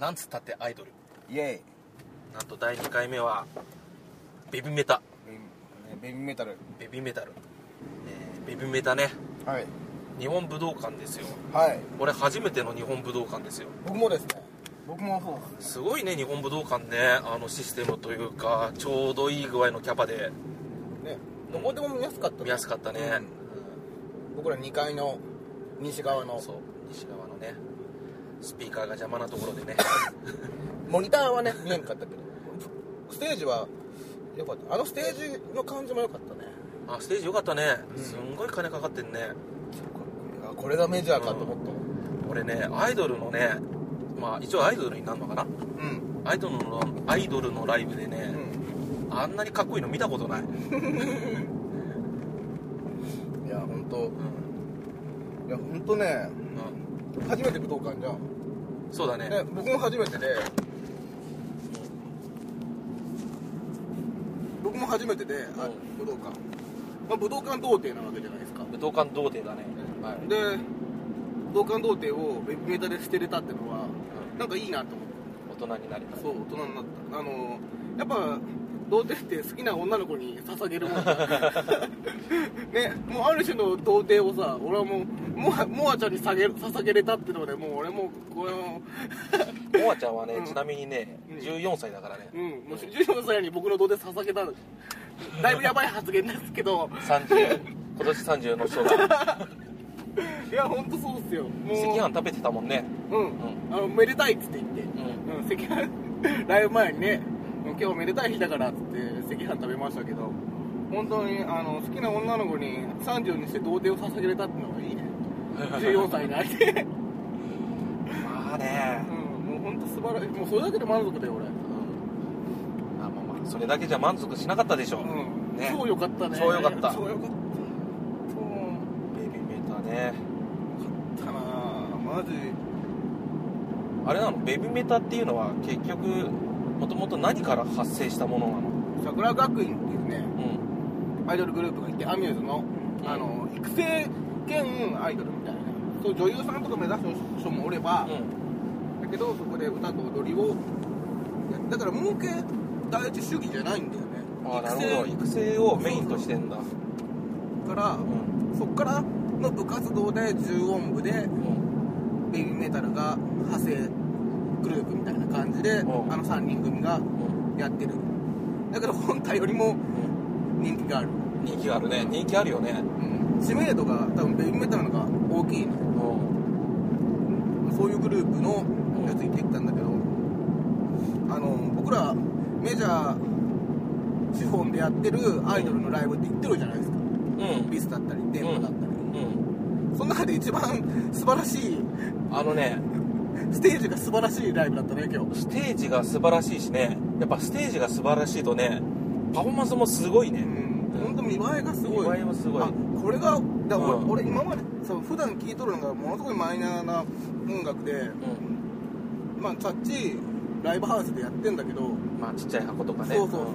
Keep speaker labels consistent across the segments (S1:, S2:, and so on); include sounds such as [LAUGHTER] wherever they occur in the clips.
S1: なんつったってアイドル
S2: イエイ
S1: なんと第2回目はベビメタ
S2: ベビ,、ね、ベビーメタル
S1: ベビメタル、えーベビメタね
S2: はい
S1: 日本武道館ですよ
S2: はい
S1: 俺初めての日本武道館ですよ
S2: 僕もですね僕もそうです
S1: すごいね日本武道館ねあのシステムというかちょうどいい具合のキャパで
S2: ねどこでも見やすかった
S1: 見やすかったね、
S2: うん僕ら2階の西側の
S1: そう西側のねスピーカーが邪魔なところ [LAUGHS] でね
S2: モニターはね見えなかったけど [LAUGHS] ステージは良かったあのステージの感じも良かったね
S1: あステージよかったね、
S2: うん
S1: すんごい金かかってんね
S2: あこれがメジャーかと思った
S1: 俺ねアイドルのねまあ一応アイドルになるのかな
S2: うん
S1: アイドルのアイドルのライブで
S2: う
S1: ね、
S2: ん、
S1: あんなにかっこいいの見たことない、
S2: いや本当
S1: うん
S2: いや本当ね
S1: う
S2: 初めて武道館じゃん
S1: んそうだね
S2: ね、僕も初めてで僕も初めてで、あ
S1: うん
S2: 武道館、まあ、武道館童貞なわけじゃないですか、
S1: 武道館童貞だね、はい
S2: で武道館童貞をベビメタで捨てれたってのは
S1: う
S2: なんかいいなと思って
S1: ん大人になれた
S2: そう大人になったあのやっぱ童貞って好きな女の子に捧げ
S1: [LAUGHS]
S2: るもんだねもうある種の童貞をさ俺はもうモアモアちゃんに下げ捧げれたってのでもう俺もうこれを
S1: モアちゃんはね、
S2: うん
S1: ちなみにね
S2: うん
S1: 14歳だからね、
S2: うん、もう14歳に僕の童貞捧げただいぶやばい発言ですけど
S1: 30今年30の人が
S2: いや本当そうっすよ [LAUGHS] もう
S1: 赤飯食べてたもんね
S2: うん、
S1: ん
S2: あのめでたいっつって言って
S1: うん
S2: うん赤 [LAUGHS] 飯ライブ前にねもう今日めでたい日だからっつって赤飯食べましたけど本当にあの好きな女の子に30にして童貞を捧げれたってのがいいね14歳にな
S1: [LAUGHS]
S2: って、
S1: まあね
S2: うん、もう本当素晴らしいもうそれだけで満足だよ俺
S1: うんあまあまあそれだけじゃ満足しなかったでしょ、
S2: うん、
S1: ね
S2: 超良かったね
S1: 超良かった
S2: 超良かったそう
S1: ベビーメタね
S2: ったなあマジ
S1: あれなのベビーメタっていうのは結局もともと何から発生したものなの
S2: 桜学院っていうね
S1: うん
S2: アイドルグループがいてアミューズの,、
S1: うん
S2: あの育成兼アイドルみたいなそう女優さんとか目指す人もおれば、
S1: うん
S2: だけどそこで歌と踊りをやだから儲け第一主義じゃないんだよね
S1: ああなるほど育成をメインとしてんだ
S2: だから
S1: うん
S2: そっからの部活動で重音部で
S1: うん
S2: ベビーメタルが派生グループみたいな感じで
S1: う
S2: あ
S1: ん
S2: の3人組がやってるだから本体よりも
S1: うん
S2: 人気がある
S1: 人気があるね人気あるよね
S2: うん知名度が多分ベビーメタルの方が大きいの
S1: うん
S2: そういうグループのやつ行ってきたんだけどあの僕らメジャー資本でやってるアイドルのライブって行ってるじゃないですか
S1: うん
S2: ビスだったり電話だったり、
S1: うん
S2: その中で一番素晴らしい
S1: あのね
S2: ステージが素晴らしいライブだったね今日
S1: ステージが素晴らしいしねやっぱステージが素晴らしいとねパフォーマンスもすごいね
S2: うん本当見栄えがすごい
S1: 見栄えもすごい
S2: あこれがだから俺,、
S1: うん
S2: 俺今までさ普段聴いとるのがものすごいマイナーな音楽で、
S1: うん
S2: まあチャッチライブハウスでやってんだけど、
S1: まあちっちゃい箱とかね
S2: そうそうそう、あ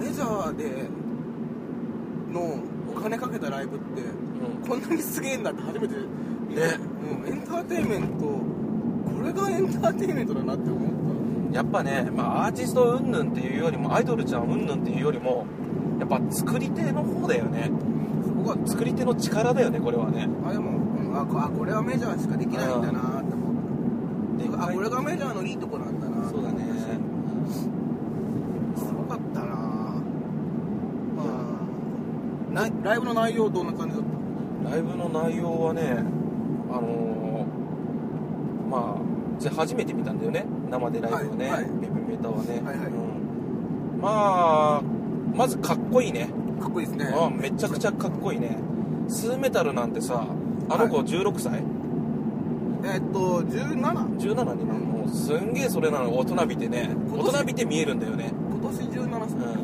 S2: メジャーでのお金かけたライブって
S1: うん
S2: こんなにすげえんだって初めてね
S1: ね
S2: うんエンターテインメントこれがエンターテインメントだなって思っ
S1: やっぱね、まあ、アーティスト云々っていうよりもアイドルちゃん云々っていうよりもやっぱ作り手の方だよね
S2: たすごかっ
S1: 作り手の力だよねこれはね
S2: たあでも、うんあこあこれはメジャーしかできないんだなって思
S1: で
S2: ったあこれがメジ
S1: ャ
S2: ャーのいいとこなんだな
S1: そうだね
S2: すごかったなまあなライブの内容どんな感じだった
S1: ライブの内容はねあのーまあじゃあ初めて見たんだよね生でライブをね、
S2: はいはい
S1: ビブメタはね、
S2: はいはい
S1: うんまあまずかっこいいね
S2: かっこいいですね
S1: あめちゃくちゃかっこいいねスーメタルなんてさあの子16歳、
S2: えっと
S1: 17
S2: 17?
S1: になるのすんげえそれなの大人びてね
S2: 今
S1: 大
S2: 年
S1: 人びて見えるんだよね
S2: 今年17歳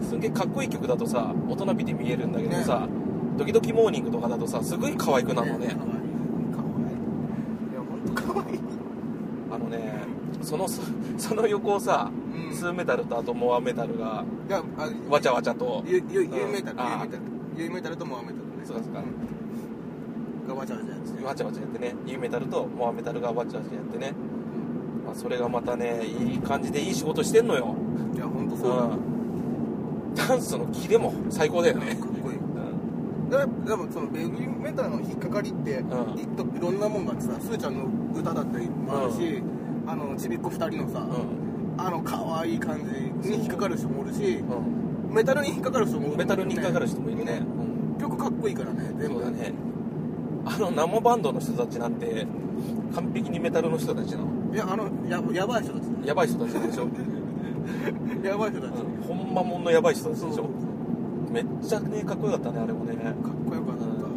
S1: うんすんげえかっこいい曲だとさ大人びて見えるんだけどさ、ドキドキモーニングとかだとさすごい可愛くなるのね
S2: かわいいかわいいいや本当かわいい
S1: あのねそのそその横をさ、
S2: うん
S1: スーメタルとあとモアメタルが
S2: いやあ
S1: わちゃわちゃと
S2: ゆゆゆ
S1: うん
S2: ゆメタル
S1: あ
S2: ゆメタルゆメタルとモアメタルね
S1: そうかそうか
S2: んがわちゃわちゃやって
S1: わちゃわちゃやってねユーメタルとモアメタルがわちゃわちゃやってねまあ、それがまたねいい感じでいい仕事してんのよ、
S2: いや本当
S1: う
S2: そうか
S1: ん、ダンスのキレも最高だよね、
S2: っこい
S1: う
S2: い
S1: ん、
S2: だでもそのベビーメタルの引っかかりって、
S1: うん
S2: いっといろんなもんがあってさすーちゃんの歌だったりもあるし、あのちびっこ2人のさ、あの可愛い感じに引っかかる人もおるし
S1: うん
S2: メタルに引っかかる人
S1: う
S2: もおる
S1: ん、メタルに引っかかる人もいるね、うん
S2: 曲かっこいいからね全
S1: そ
S2: 部
S1: うだねあの生バンドの人たちなんて完璧にメタルの人たちなの
S2: いやあのややばい人たち
S1: やばい人たちなんでしょ、うん
S2: やばい人たち、
S1: ほんまもんのやばい人たち
S2: そう
S1: でし
S2: か
S1: ょめっちゃねかっこよかったねあれもね
S2: っこよかったう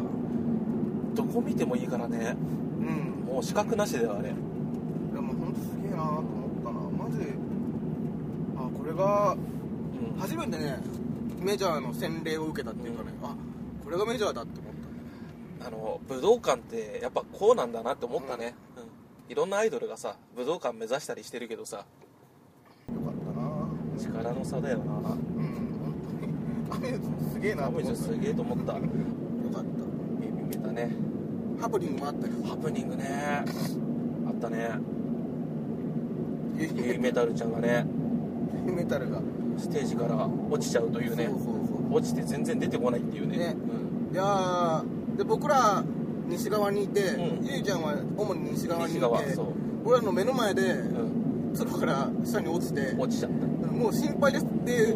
S1: どこ見てもいいからね
S2: ん
S1: もう資格なしだよあれ
S2: でも本当すげえなと思ったなマジあこれが
S1: うん
S2: 初めてねメジャーの洗礼を受けたっていうかね、あこれがメジャーだって思っ
S1: あの武道館ってやっぱこうなんだなって思ったね、うんいろんなアイドルがさ武道館目指したりしてるけどさ
S2: たよかったな
S1: 力の差だよな
S2: うん本当に雨のすげえな
S1: ラ
S2: と
S1: ブ
S2: 思っ
S1: ジ
S2: た
S1: ュすげえと思った
S2: よかっ
S1: 耳見たね
S2: たハプニングもあったよ
S1: ハプニングねあったね
S2: ユ
S1: ゆいメタルちゃんがね
S2: メタルが
S1: ステージから落ちちゃうというね
S2: そうそうそう
S1: 落ちて全然出てこないっていうね
S2: ねいやーで僕ら西側にいて、
S1: うん
S2: ゆいちゃんは主に西
S1: うん、
S2: 側にい
S1: 西
S2: て
S1: 側そう、
S2: 俺らの目の前で、
S1: うん、
S2: そこから下に落ちて
S1: 落ちちゃった
S2: もう心配ですって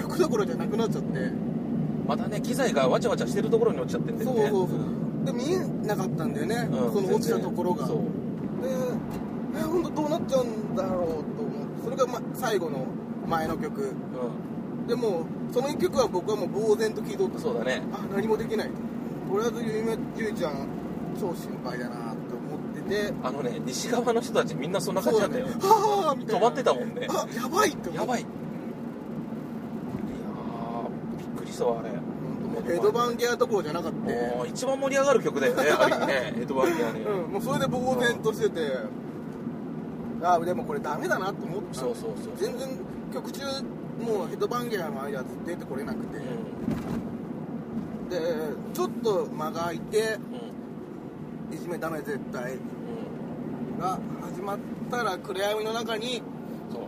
S2: 曲どころじゃなくなっちゃって
S1: またね機材がわちゃわちゃしてるところに落ちちゃってんだよ
S2: そう
S1: ね
S2: そうそう、で見えなかったんだよね、
S1: うん
S2: その落ちたところが
S1: そう
S2: でえー本当どうなっちゃうんだろうと思うそれが、ま、最後の前の曲でもその一曲は僕はもう呆然と聴いとっ
S1: う
S2: た
S1: ん、そうだね
S2: あ何もできないとりあえずゆいめゆいちゃん超心配だなと思ってて
S1: あのね西側の人たちみんなそんな感じだったよ、
S2: そうだねはあみたい
S1: 止
S2: な
S1: まってたもんね
S2: あやばいって思
S1: やば
S2: い
S1: いいやーびっくりしたわあれ
S2: エドバンギアどころじゃなかった
S1: もう一番盛り上がる曲だよねあれね [LAUGHS] エドワードはね、
S2: うん、もうそれで呆然としてて、あでもこれダメだなと思った
S1: そうそうそう
S2: 全然曲中もうヘッドバンギアの間出てこれなくて、でちょっと間が空いて
S1: うんうん
S2: いじめダメ絶対
S1: う
S2: が始まったら暗闇の中に
S1: んそう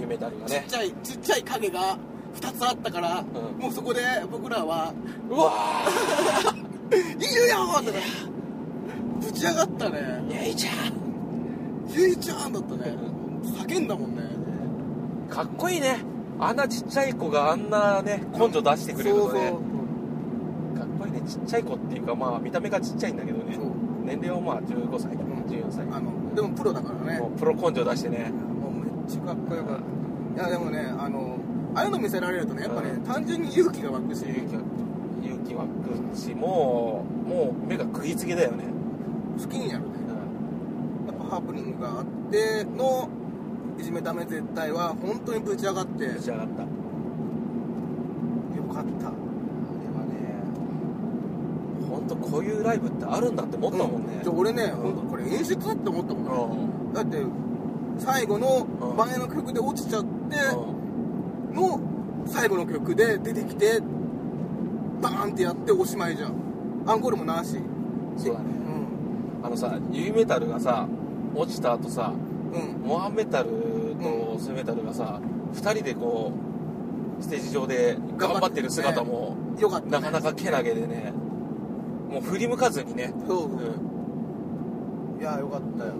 S1: 有名だりが
S2: ちっ
S1: ね
S2: ちゃいちっちゃい影が2つあったから、
S1: ん
S2: もうそこで僕らは
S1: うわ
S2: 「いるよ!」とかぶち上がったね
S1: ーゆいちゃ
S2: ゆいちゃんだったね叫んだもんね
S1: んかっこいいねあんなちっちゃい子があんなね根性出してくれるのね
S2: そう
S1: かっこいいねちっちゃい子っていうかまあ見た目がちっちゃいんだけどね
S2: そうそう
S1: 年齢はまあ15歳
S2: ん
S1: 14歳
S2: あのでもプロだからね
S1: もうプロ根性出してね
S2: もうめっちゃかっこよかったいやでもねあのああいうの見せられるとねやっぱね、単純に勇気が湧くし
S1: 勇気は勇気はくしもうもう目が釘付けだよね、
S2: 好きになるね
S1: うん、
S2: やっぱハプニングがあってのいじめダメ絶対は本当にぶち上がってよ
S1: 立ち上がったあ
S2: かった
S1: れはね本当こういうライブってあるんだって思ったもんね
S2: じゃあ俺ね、
S1: ん
S2: 本当これ演出だって思ったもんね、
S1: う
S2: だって最後の前の曲で落ちちゃって
S1: んうん
S2: の最後の曲で出てきてバーンってやっておしまいじゃんアンコールもなし
S1: そうだね
S2: うん
S1: あのさユイメタルがさ落ちた後さ
S2: うん
S1: モアメタルとスメタルがさ、二2人でこうステージ上で頑張ってる姿も、
S2: よかった、ね、
S1: なかなかけなげでねもう振り向かずにね、
S2: そう
S1: う
S2: そう、
S1: ん、
S2: いやよかったよ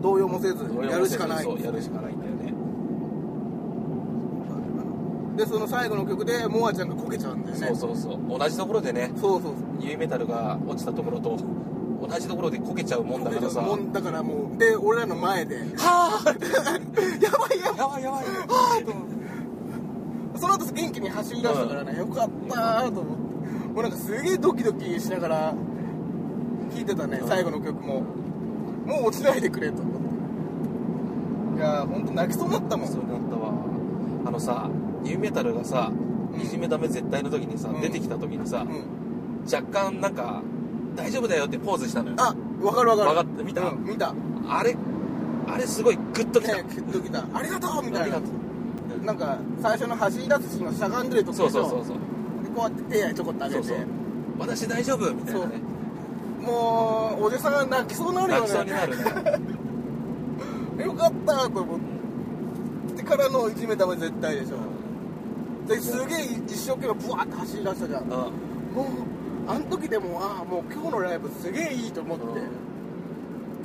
S2: 動揺もせずやるしかない
S1: そうやるしかないんだよね
S2: でその最後の曲でモアちゃんがこけちゃうんだよね
S1: そうそうそう同じところでね
S2: そうそうそう
S1: ユイメタルが落ちたところと同じところでこけちゃうもんだからさ
S2: もんだからもうで俺らの前
S1: [LAUGHS]
S2: でや
S1: は
S2: ばいや
S1: あやばいやばい
S2: ばいと思って [LAUGHS] その後元気に走り出したからね、よかったーと思ってもうなんかすげえドキドキしながら聴いてたね、
S1: うん
S2: 最後の曲ももう落ちないでくれと思っていやーほんと泣きそうになったもん
S1: そうなったわあのさユイメタルがさ
S2: うん
S1: いじめダメ絶対の時にさ、
S2: うん
S1: 出てきた時にさ
S2: う、ん、
S1: 若干なんか大丈夫だよってポーズしたのよ
S2: あわかるわかる
S1: わかった見た
S2: うん見た
S1: あれあれすごいグッときた、
S2: ね、グッときたありがとうみ
S1: あ
S2: たい
S1: りが
S2: な
S1: とう
S2: なんか最初の走り出すシーンはしゃがんでるとこ
S1: そう
S2: でし
S1: そう
S2: ょ
S1: そうそう
S2: でこうやって手やちょこっと上げ
S1: そうそ
S2: て
S1: う私大丈夫みたいなね
S2: もうおじさんが泣きそうになるよね
S1: 泣きそうになるね
S2: よよかったと思ってからのいじめため絶対でしょですげえ一生懸命ブワーって走り出したじゃんも
S1: あ
S2: うあの時でもああもう今日のライブすげえいいと思って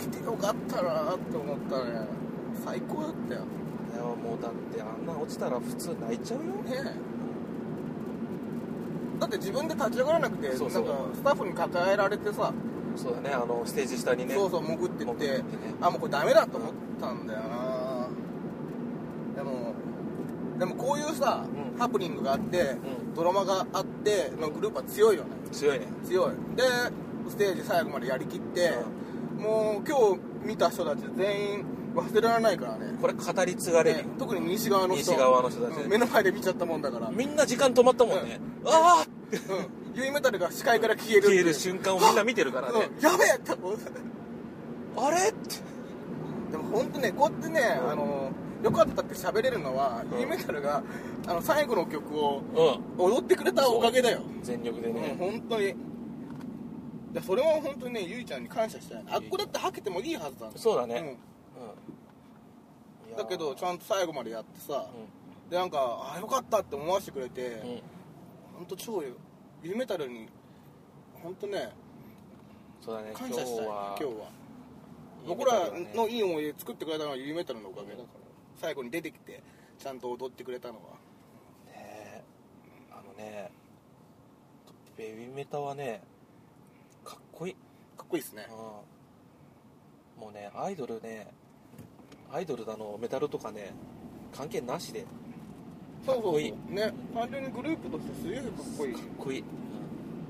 S2: 来てよかったなって思ったね最高だったよ
S1: いやもうだってあんな落ちたら普通泣いちゃうよ
S2: ねえだって自分で立ち上がらなくて
S1: そうそう
S2: なんかスタッフに抱えられてさ、
S1: そうだねあのステージ下にね
S2: そうそう潜ってっ
S1: 潜って
S2: て
S1: ね
S2: あもうこれダメだと思ったんだよなでもでもこういうさ、
S1: うん
S2: ハプニングがあって、
S1: う
S2: ドラマがあってのグループは強いよね
S1: 強いね
S2: 強いでステージ最後までやりきって、もう今日見た人たち全員忘れられないからね
S1: これ語り継がれるよ、
S2: ね特に西側の人
S1: 西側の人たちね
S2: うん目の前で見ちゃったもんだか
S1: [LAUGHS]
S2: ら、うん、
S1: みんな時間止まったもんね、ああ
S2: ユイメタルが視界から消える
S1: 消える瞬間をみんな見てるから
S2: 間、
S1: ね
S2: うん、やべえって思う
S1: あれって
S2: でも本当ねこうやってね、
S1: うん
S2: あのよかったって喋れるのは、
S1: うん
S2: ユーメタルがあの最後の曲を
S1: う
S2: 踊ってくれたおかげだよ、
S1: ん全力で
S2: うん、
S1: ね、
S2: 本当にいやそれは本当にねゆいちゃんに感謝したいあっこだってはけてもいいはずだ
S1: そうだ
S2: う
S1: ね、うん
S2: ん、だけどちゃんと最後までやってさ
S1: う、
S2: でなんかあよかったって思わせてくれて、
S1: ん、うん、
S2: 本当超ユーメタルに本当ね
S1: そうだね
S2: 感謝したい今日は僕
S1: 僕ら
S2: ら
S1: の
S2: のいい思い出作ってくれたのはユーメタルのおかげだから最後に出てきてちゃんと踊ってくれたのは
S1: ねあのねベビーメタはねかっこいい、
S2: かっこいいですね
S1: うん、もうねアイドルねアイドルだのメタルとかね関係なしでか
S2: そうそう
S1: かっこいい
S2: ね単純にグループとしてすげえかっこいいよか
S1: っこいい、
S2: っ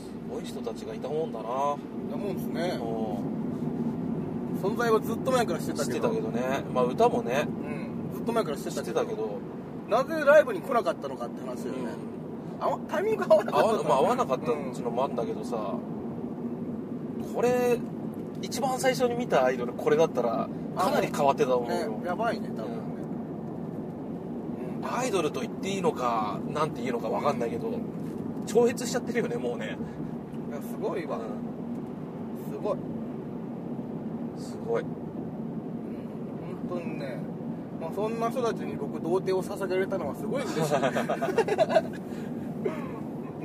S1: すごい人たちがいたもんだな、
S2: ただもんですね
S1: う
S2: 存在はずっと前からして
S1: ん、
S2: た
S1: 知って
S2: けど
S1: たけどねまあ歌もね
S2: うん、ずっと前からして
S1: 知
S2: た
S1: っ
S2: け
S1: て
S2: ど
S1: たけど、
S2: なぜライブに来なかったのかって話だよね、あわタイミングが合わなか
S1: 合
S2: った
S1: わ,、まあ、合わなかった
S2: うん
S1: っちのもあんだけどさ、これ一番最初に見たアイドルこれだったらかなり変わってたと思うよ、
S2: ねやばいね多分ね、うん
S1: アイドルと言っていいのかなんていいのか分かんないけど超越しちゃってるよねもうね、
S2: いやすごいわ、
S1: う
S2: すご
S1: ん、
S2: い、
S1: すごい
S2: 本当にね、まあ、そんな人たちに僕童貞を捧げられたのはすごい嬉 [LAUGHS] しい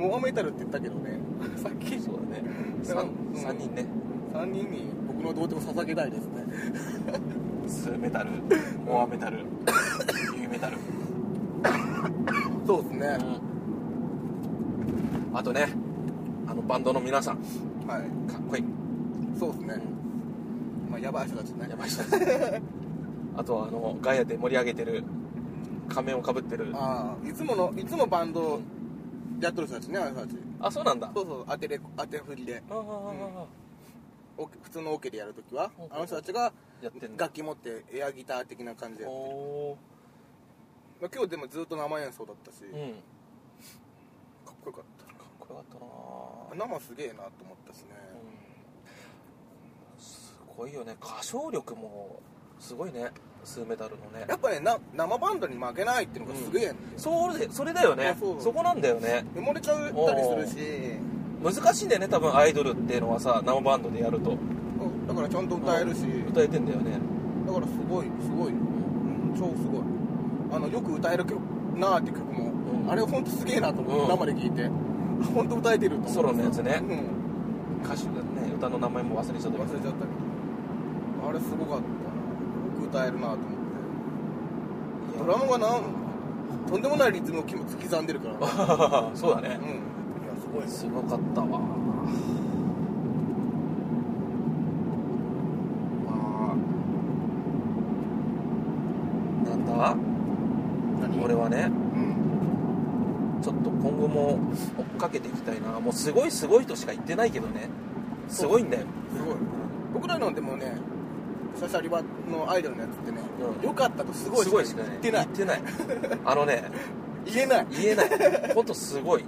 S2: モアメタルって言ったけどねさっき
S1: そうだね
S2: うん
S1: 3, 三人ね
S2: 3人に僕の童貞を捧げたいですね
S1: スーメタルモアメタルユーメタル、
S2: そうですね、
S1: あとねあのバンドの皆さん
S2: はい
S1: かっこいい
S2: そうですね、まあ、やばい人たちね
S1: やばい人 [LAUGHS] あとはあのガヤで盛り上げてる仮面をかぶってるあ
S2: ああいつものいつもバンドやってる人たちねあの人たち
S1: そうなんだ
S2: そうそう当てれ当て振りで
S1: あああああ
S2: オケ普通のオ、ケでやるときは
S1: ほうほう
S2: あの人たちが
S1: やってんだ
S2: 楽器持ってエアギター的な感じでやってる
S1: お
S2: まあ今日でもずっと生演奏だったし、
S1: ー
S2: かっ
S1: うん
S2: こよかった
S1: かっこよかったな
S2: あ生すげえなと思ったしね、
S1: うんすごいよね歌唱力もすごいねスーメタルのね
S2: やっぱねな生バンドに負けないっていうのがすげえ、
S1: そうでそれだよね
S2: あそう
S1: そこなんだよね
S2: 埋もれちゃったりするし
S1: 難しいんだよね多分アイドルっていうのはさ生バンドでやると
S2: うんだからちゃんと歌えるし、
S1: 歌えてんだよね
S2: だからすごいすごい、うん、超すごいあのよく歌える曲なーって曲も、
S1: うん
S2: あれほんとすげえなと思って、
S1: うん
S2: 生で聴いてほんと歌えてると思って
S1: ソロのやつね
S2: うん、
S1: 歌手だね歌の名前も忘れちゃったけど
S2: 忘れちゃったけどあれすごかったなよく歌えるなと思って
S1: いや
S2: ドラムがなんとんでもないリズムを刻んでるから、
S1: [LAUGHS]
S2: ね、
S1: そうだね
S2: うんいやすごいです
S1: すごかったわまあなんだ
S2: 何
S1: 俺はね
S2: うん
S1: ちょっと今後も追っかけていきたいなもうすごいすごいとしか言ってないけどねすごいんだよ
S2: すごい僕らのでもねシャシャリバのアイドルのやつってね、
S1: うん
S2: よかったとすごい
S1: すごい
S2: し
S1: し
S2: か
S1: か
S2: 言
S1: ね
S2: ってない
S1: 言
S2: [LAUGHS]
S1: ってないあのね
S2: 言えない
S1: 言えないほんとすごい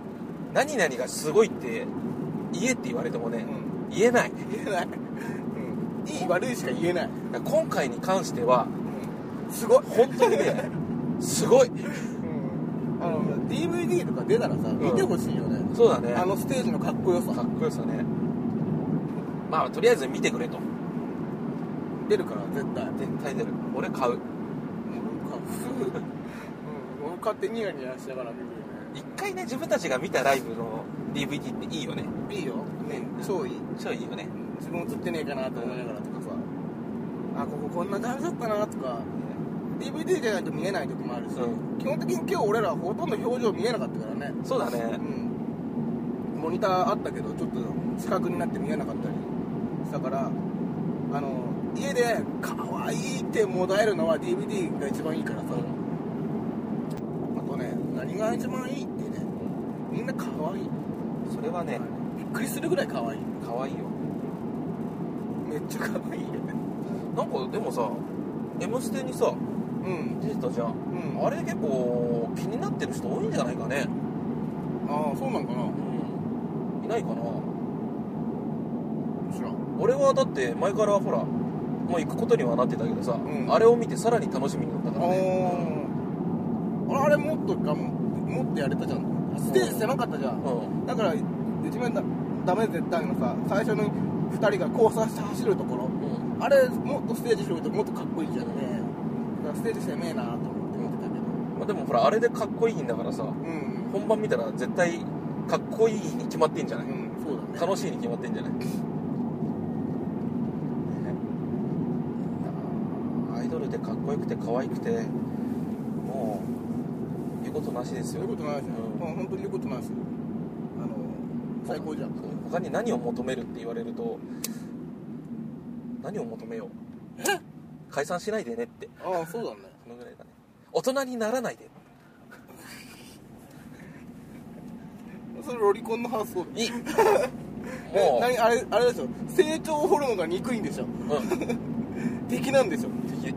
S1: 何々がすごいって言えって言われてもね
S2: うん
S1: 言えない
S2: 言えない、うん、いい悪いしか言えない、
S1: 今回に関しては
S2: うん、すごい、
S1: 本当にねすごい
S2: うん、あの DVD とか出たらさ見てほしいよね、
S1: そうだね
S2: あのステージのかっこよさ
S1: かっこよさねまあとりあえず見てくれと
S2: 出るから絶対
S1: 絶対出る俺買う
S2: もうなんかすぐ、うん、俺勝手にニヤニヤしながら見るよ
S1: 一回ね自分たちが見たライブの DVD っていいよね
S2: ねいいよね超いい
S1: 超いいよね
S2: 自分映ってねえかなと思いながらとかさあこここんな感じだったなとか DVD じゃないと見えない時もあるし、
S1: う
S2: 基本的に今日俺らほとんど表情見えなかったからね
S1: そうだ
S2: う
S1: ね
S2: んモニターあったけどちょっと近くになって見えなかったりしたからあの家で「かわいい」ってもだえるのは DVD が一番いいからさあとね何が一番いいってねみんなかわいい
S1: それはね
S2: びっくりするぐらいかわいい
S1: 可愛いよ
S2: めっちゃかわいいよね
S1: なんかでもさ「M ステ」にさ
S2: うん
S1: 出てたじゃん
S2: うん
S1: あれ結構気になってる人多いんじゃないかね
S2: ああそうなんか
S1: う
S2: な
S1: んいないかな
S2: むしろ
S1: 俺はだって前からほらもう行くことにはなってたけどさ、
S2: ん
S1: あれを見てさらに楽しみになったからね
S2: あああれもっとがんもっとやれたじゃんステージ狭かったじゃん
S1: うん
S2: だから一番だダメ絶対のさ最初の2人が交差して走るところ
S1: うん
S2: あれもっとステージ広いともっとかっこいいじゃんねだからステージ狭えなと思って見てたけど
S1: まあ、でもほらあれでかっこいいんだからさ
S2: うん、
S1: 本番見たら絶対かっこいいに決まってんじゃない、
S2: うん、そうだね
S1: 楽しいに決まってんじゃないアイドルでかっこよくて可愛くてもう言うことなしです
S2: 言
S1: よ
S2: うことないし、
S1: うん
S2: うん、本当に言うことないしあの最高じゃん
S1: そう他に何を求めるって言われると何を求めよう解散しないでねって
S2: ああそうだね
S1: そのぐらいだね大人にならないで
S2: それロリコンの発想
S1: いいも
S2: え
S1: う
S2: 何あれあれでしょ成長ホルモンが憎いんでしょ
S1: うん
S2: 敵なんでしょ
S1: 敵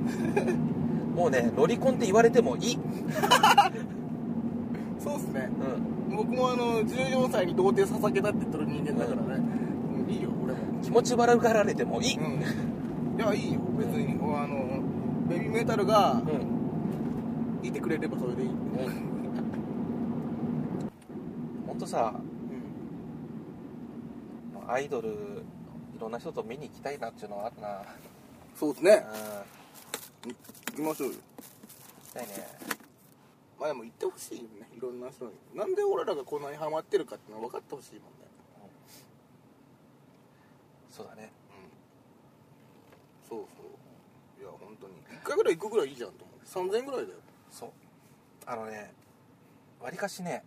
S1: もうねロリコンって言われてもいい、
S2: そうっすね
S1: うん、
S2: 僕もあの14歳に童貞捧げたって言ってる人間だからね、うん、いいよ俺も
S1: 気持ち悪がられてもいい、
S2: うんいやいいよ別に、あのベビーメタルが
S1: うん
S2: いてくれればそれでいい、うん
S1: ほんとさアイドルいろんな人と見に行きたいなっていうのはあるな
S2: そうですね
S1: うん
S2: 行きましょう
S1: 行
S2: よ
S1: きたいね
S2: まあでも行ってほしいよねいろんな人になんで俺らがこんなにハマってるかってのは分かってほしいもんね
S1: そうだね
S2: うんそうそういや本当に1回ぐらい行くぐらいいいじゃんと思う3000円ぐらいだよ
S1: そうあのねわりかしね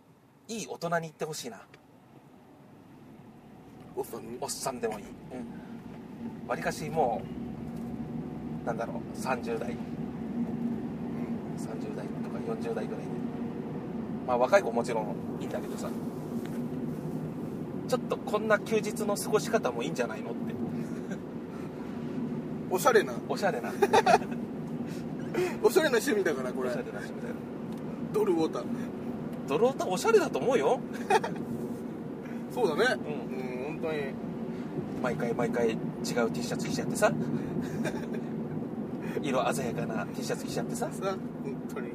S1: いい大人に行ってほしいな
S2: おっさんに
S1: おっさんでもいいうんわりかしもうなんだろう30代
S2: うん
S1: 30代とか40代ぐらいでまあ若い子もちろんいいんだけどさちょっとこんな休日の過ごし方もいいんじゃないのって
S2: おしゃれな
S1: おしゃれ
S2: [LAUGHS]
S1: な
S2: おしゃれな趣味だからこ
S1: お
S2: れ
S1: しゃれな人みたいな
S2: ドルウォーター
S1: ドロータおしゃれだと思うよ
S2: そうだね
S1: うん
S2: うん本当に
S1: 毎回毎回違う T シャツ着ちゃって
S2: [LAUGHS]
S1: さ色鮮やかな T シャツ着ちゃってさ
S2: さ本当に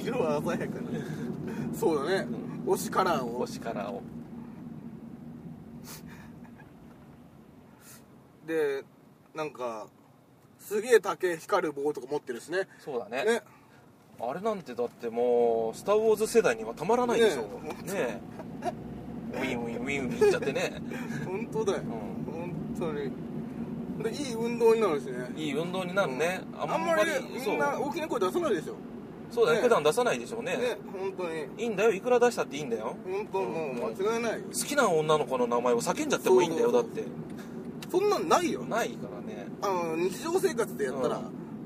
S2: [LAUGHS] 色は鮮やかなそうだね、推しカラーを
S1: 推しカラーを
S2: でなんかすげえ高い光る棒とか持ってるしね
S1: そうだね
S2: ね
S1: あれなんてだってもう「スター・ウォーズ」世代にはたまらないでしょ
S2: ね
S1: ねえウィンウィンウィンウィンいっちゃってね、
S2: [LAUGHS] 本当だよ、
S1: う
S2: 本当にでいい運動になるしね
S1: ん、いい運動になるね、
S2: あん
S1: あん
S2: ま
S1: ま
S2: り
S1: り
S2: み
S1: そ
S2: んな
S1: う
S2: 大きな声出さないでしょ
S1: そうだね
S2: ね
S1: 普段出さないでしょうね
S2: ね本当に
S1: いいんだよいくら出したっていいんだよ
S2: 本当もう間違いないよ
S1: 好きな女の子の名前を叫んじゃってもいいんだよ
S2: そ
S1: だ
S2: う
S1: っ
S2: そう
S1: て
S2: そんなんないよ
S1: ないからね
S2: あの日常生活でやったら
S1: う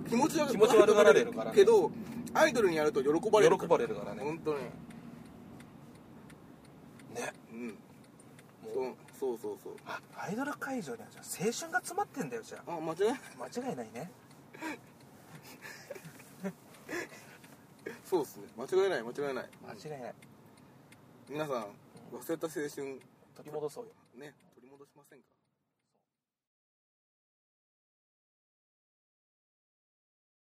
S2: 気持ち悪
S1: 気持ち悪がられるからね
S2: けどアイドルにやると喜ばれる
S1: 喜ばれるからね
S2: 本当に
S1: ね
S2: うん
S1: もう
S2: そうそうそう
S1: あアイドル会場にはじゃあ青春が詰まってんだよじゃあ
S2: そうあ間違いない
S1: 間違いないね
S2: [LAUGHS] そうですね間違いない間違いない
S1: 間違いない
S2: 皆さん忘れた青春
S1: 取り戻そうよ
S2: ね取り戻しませんか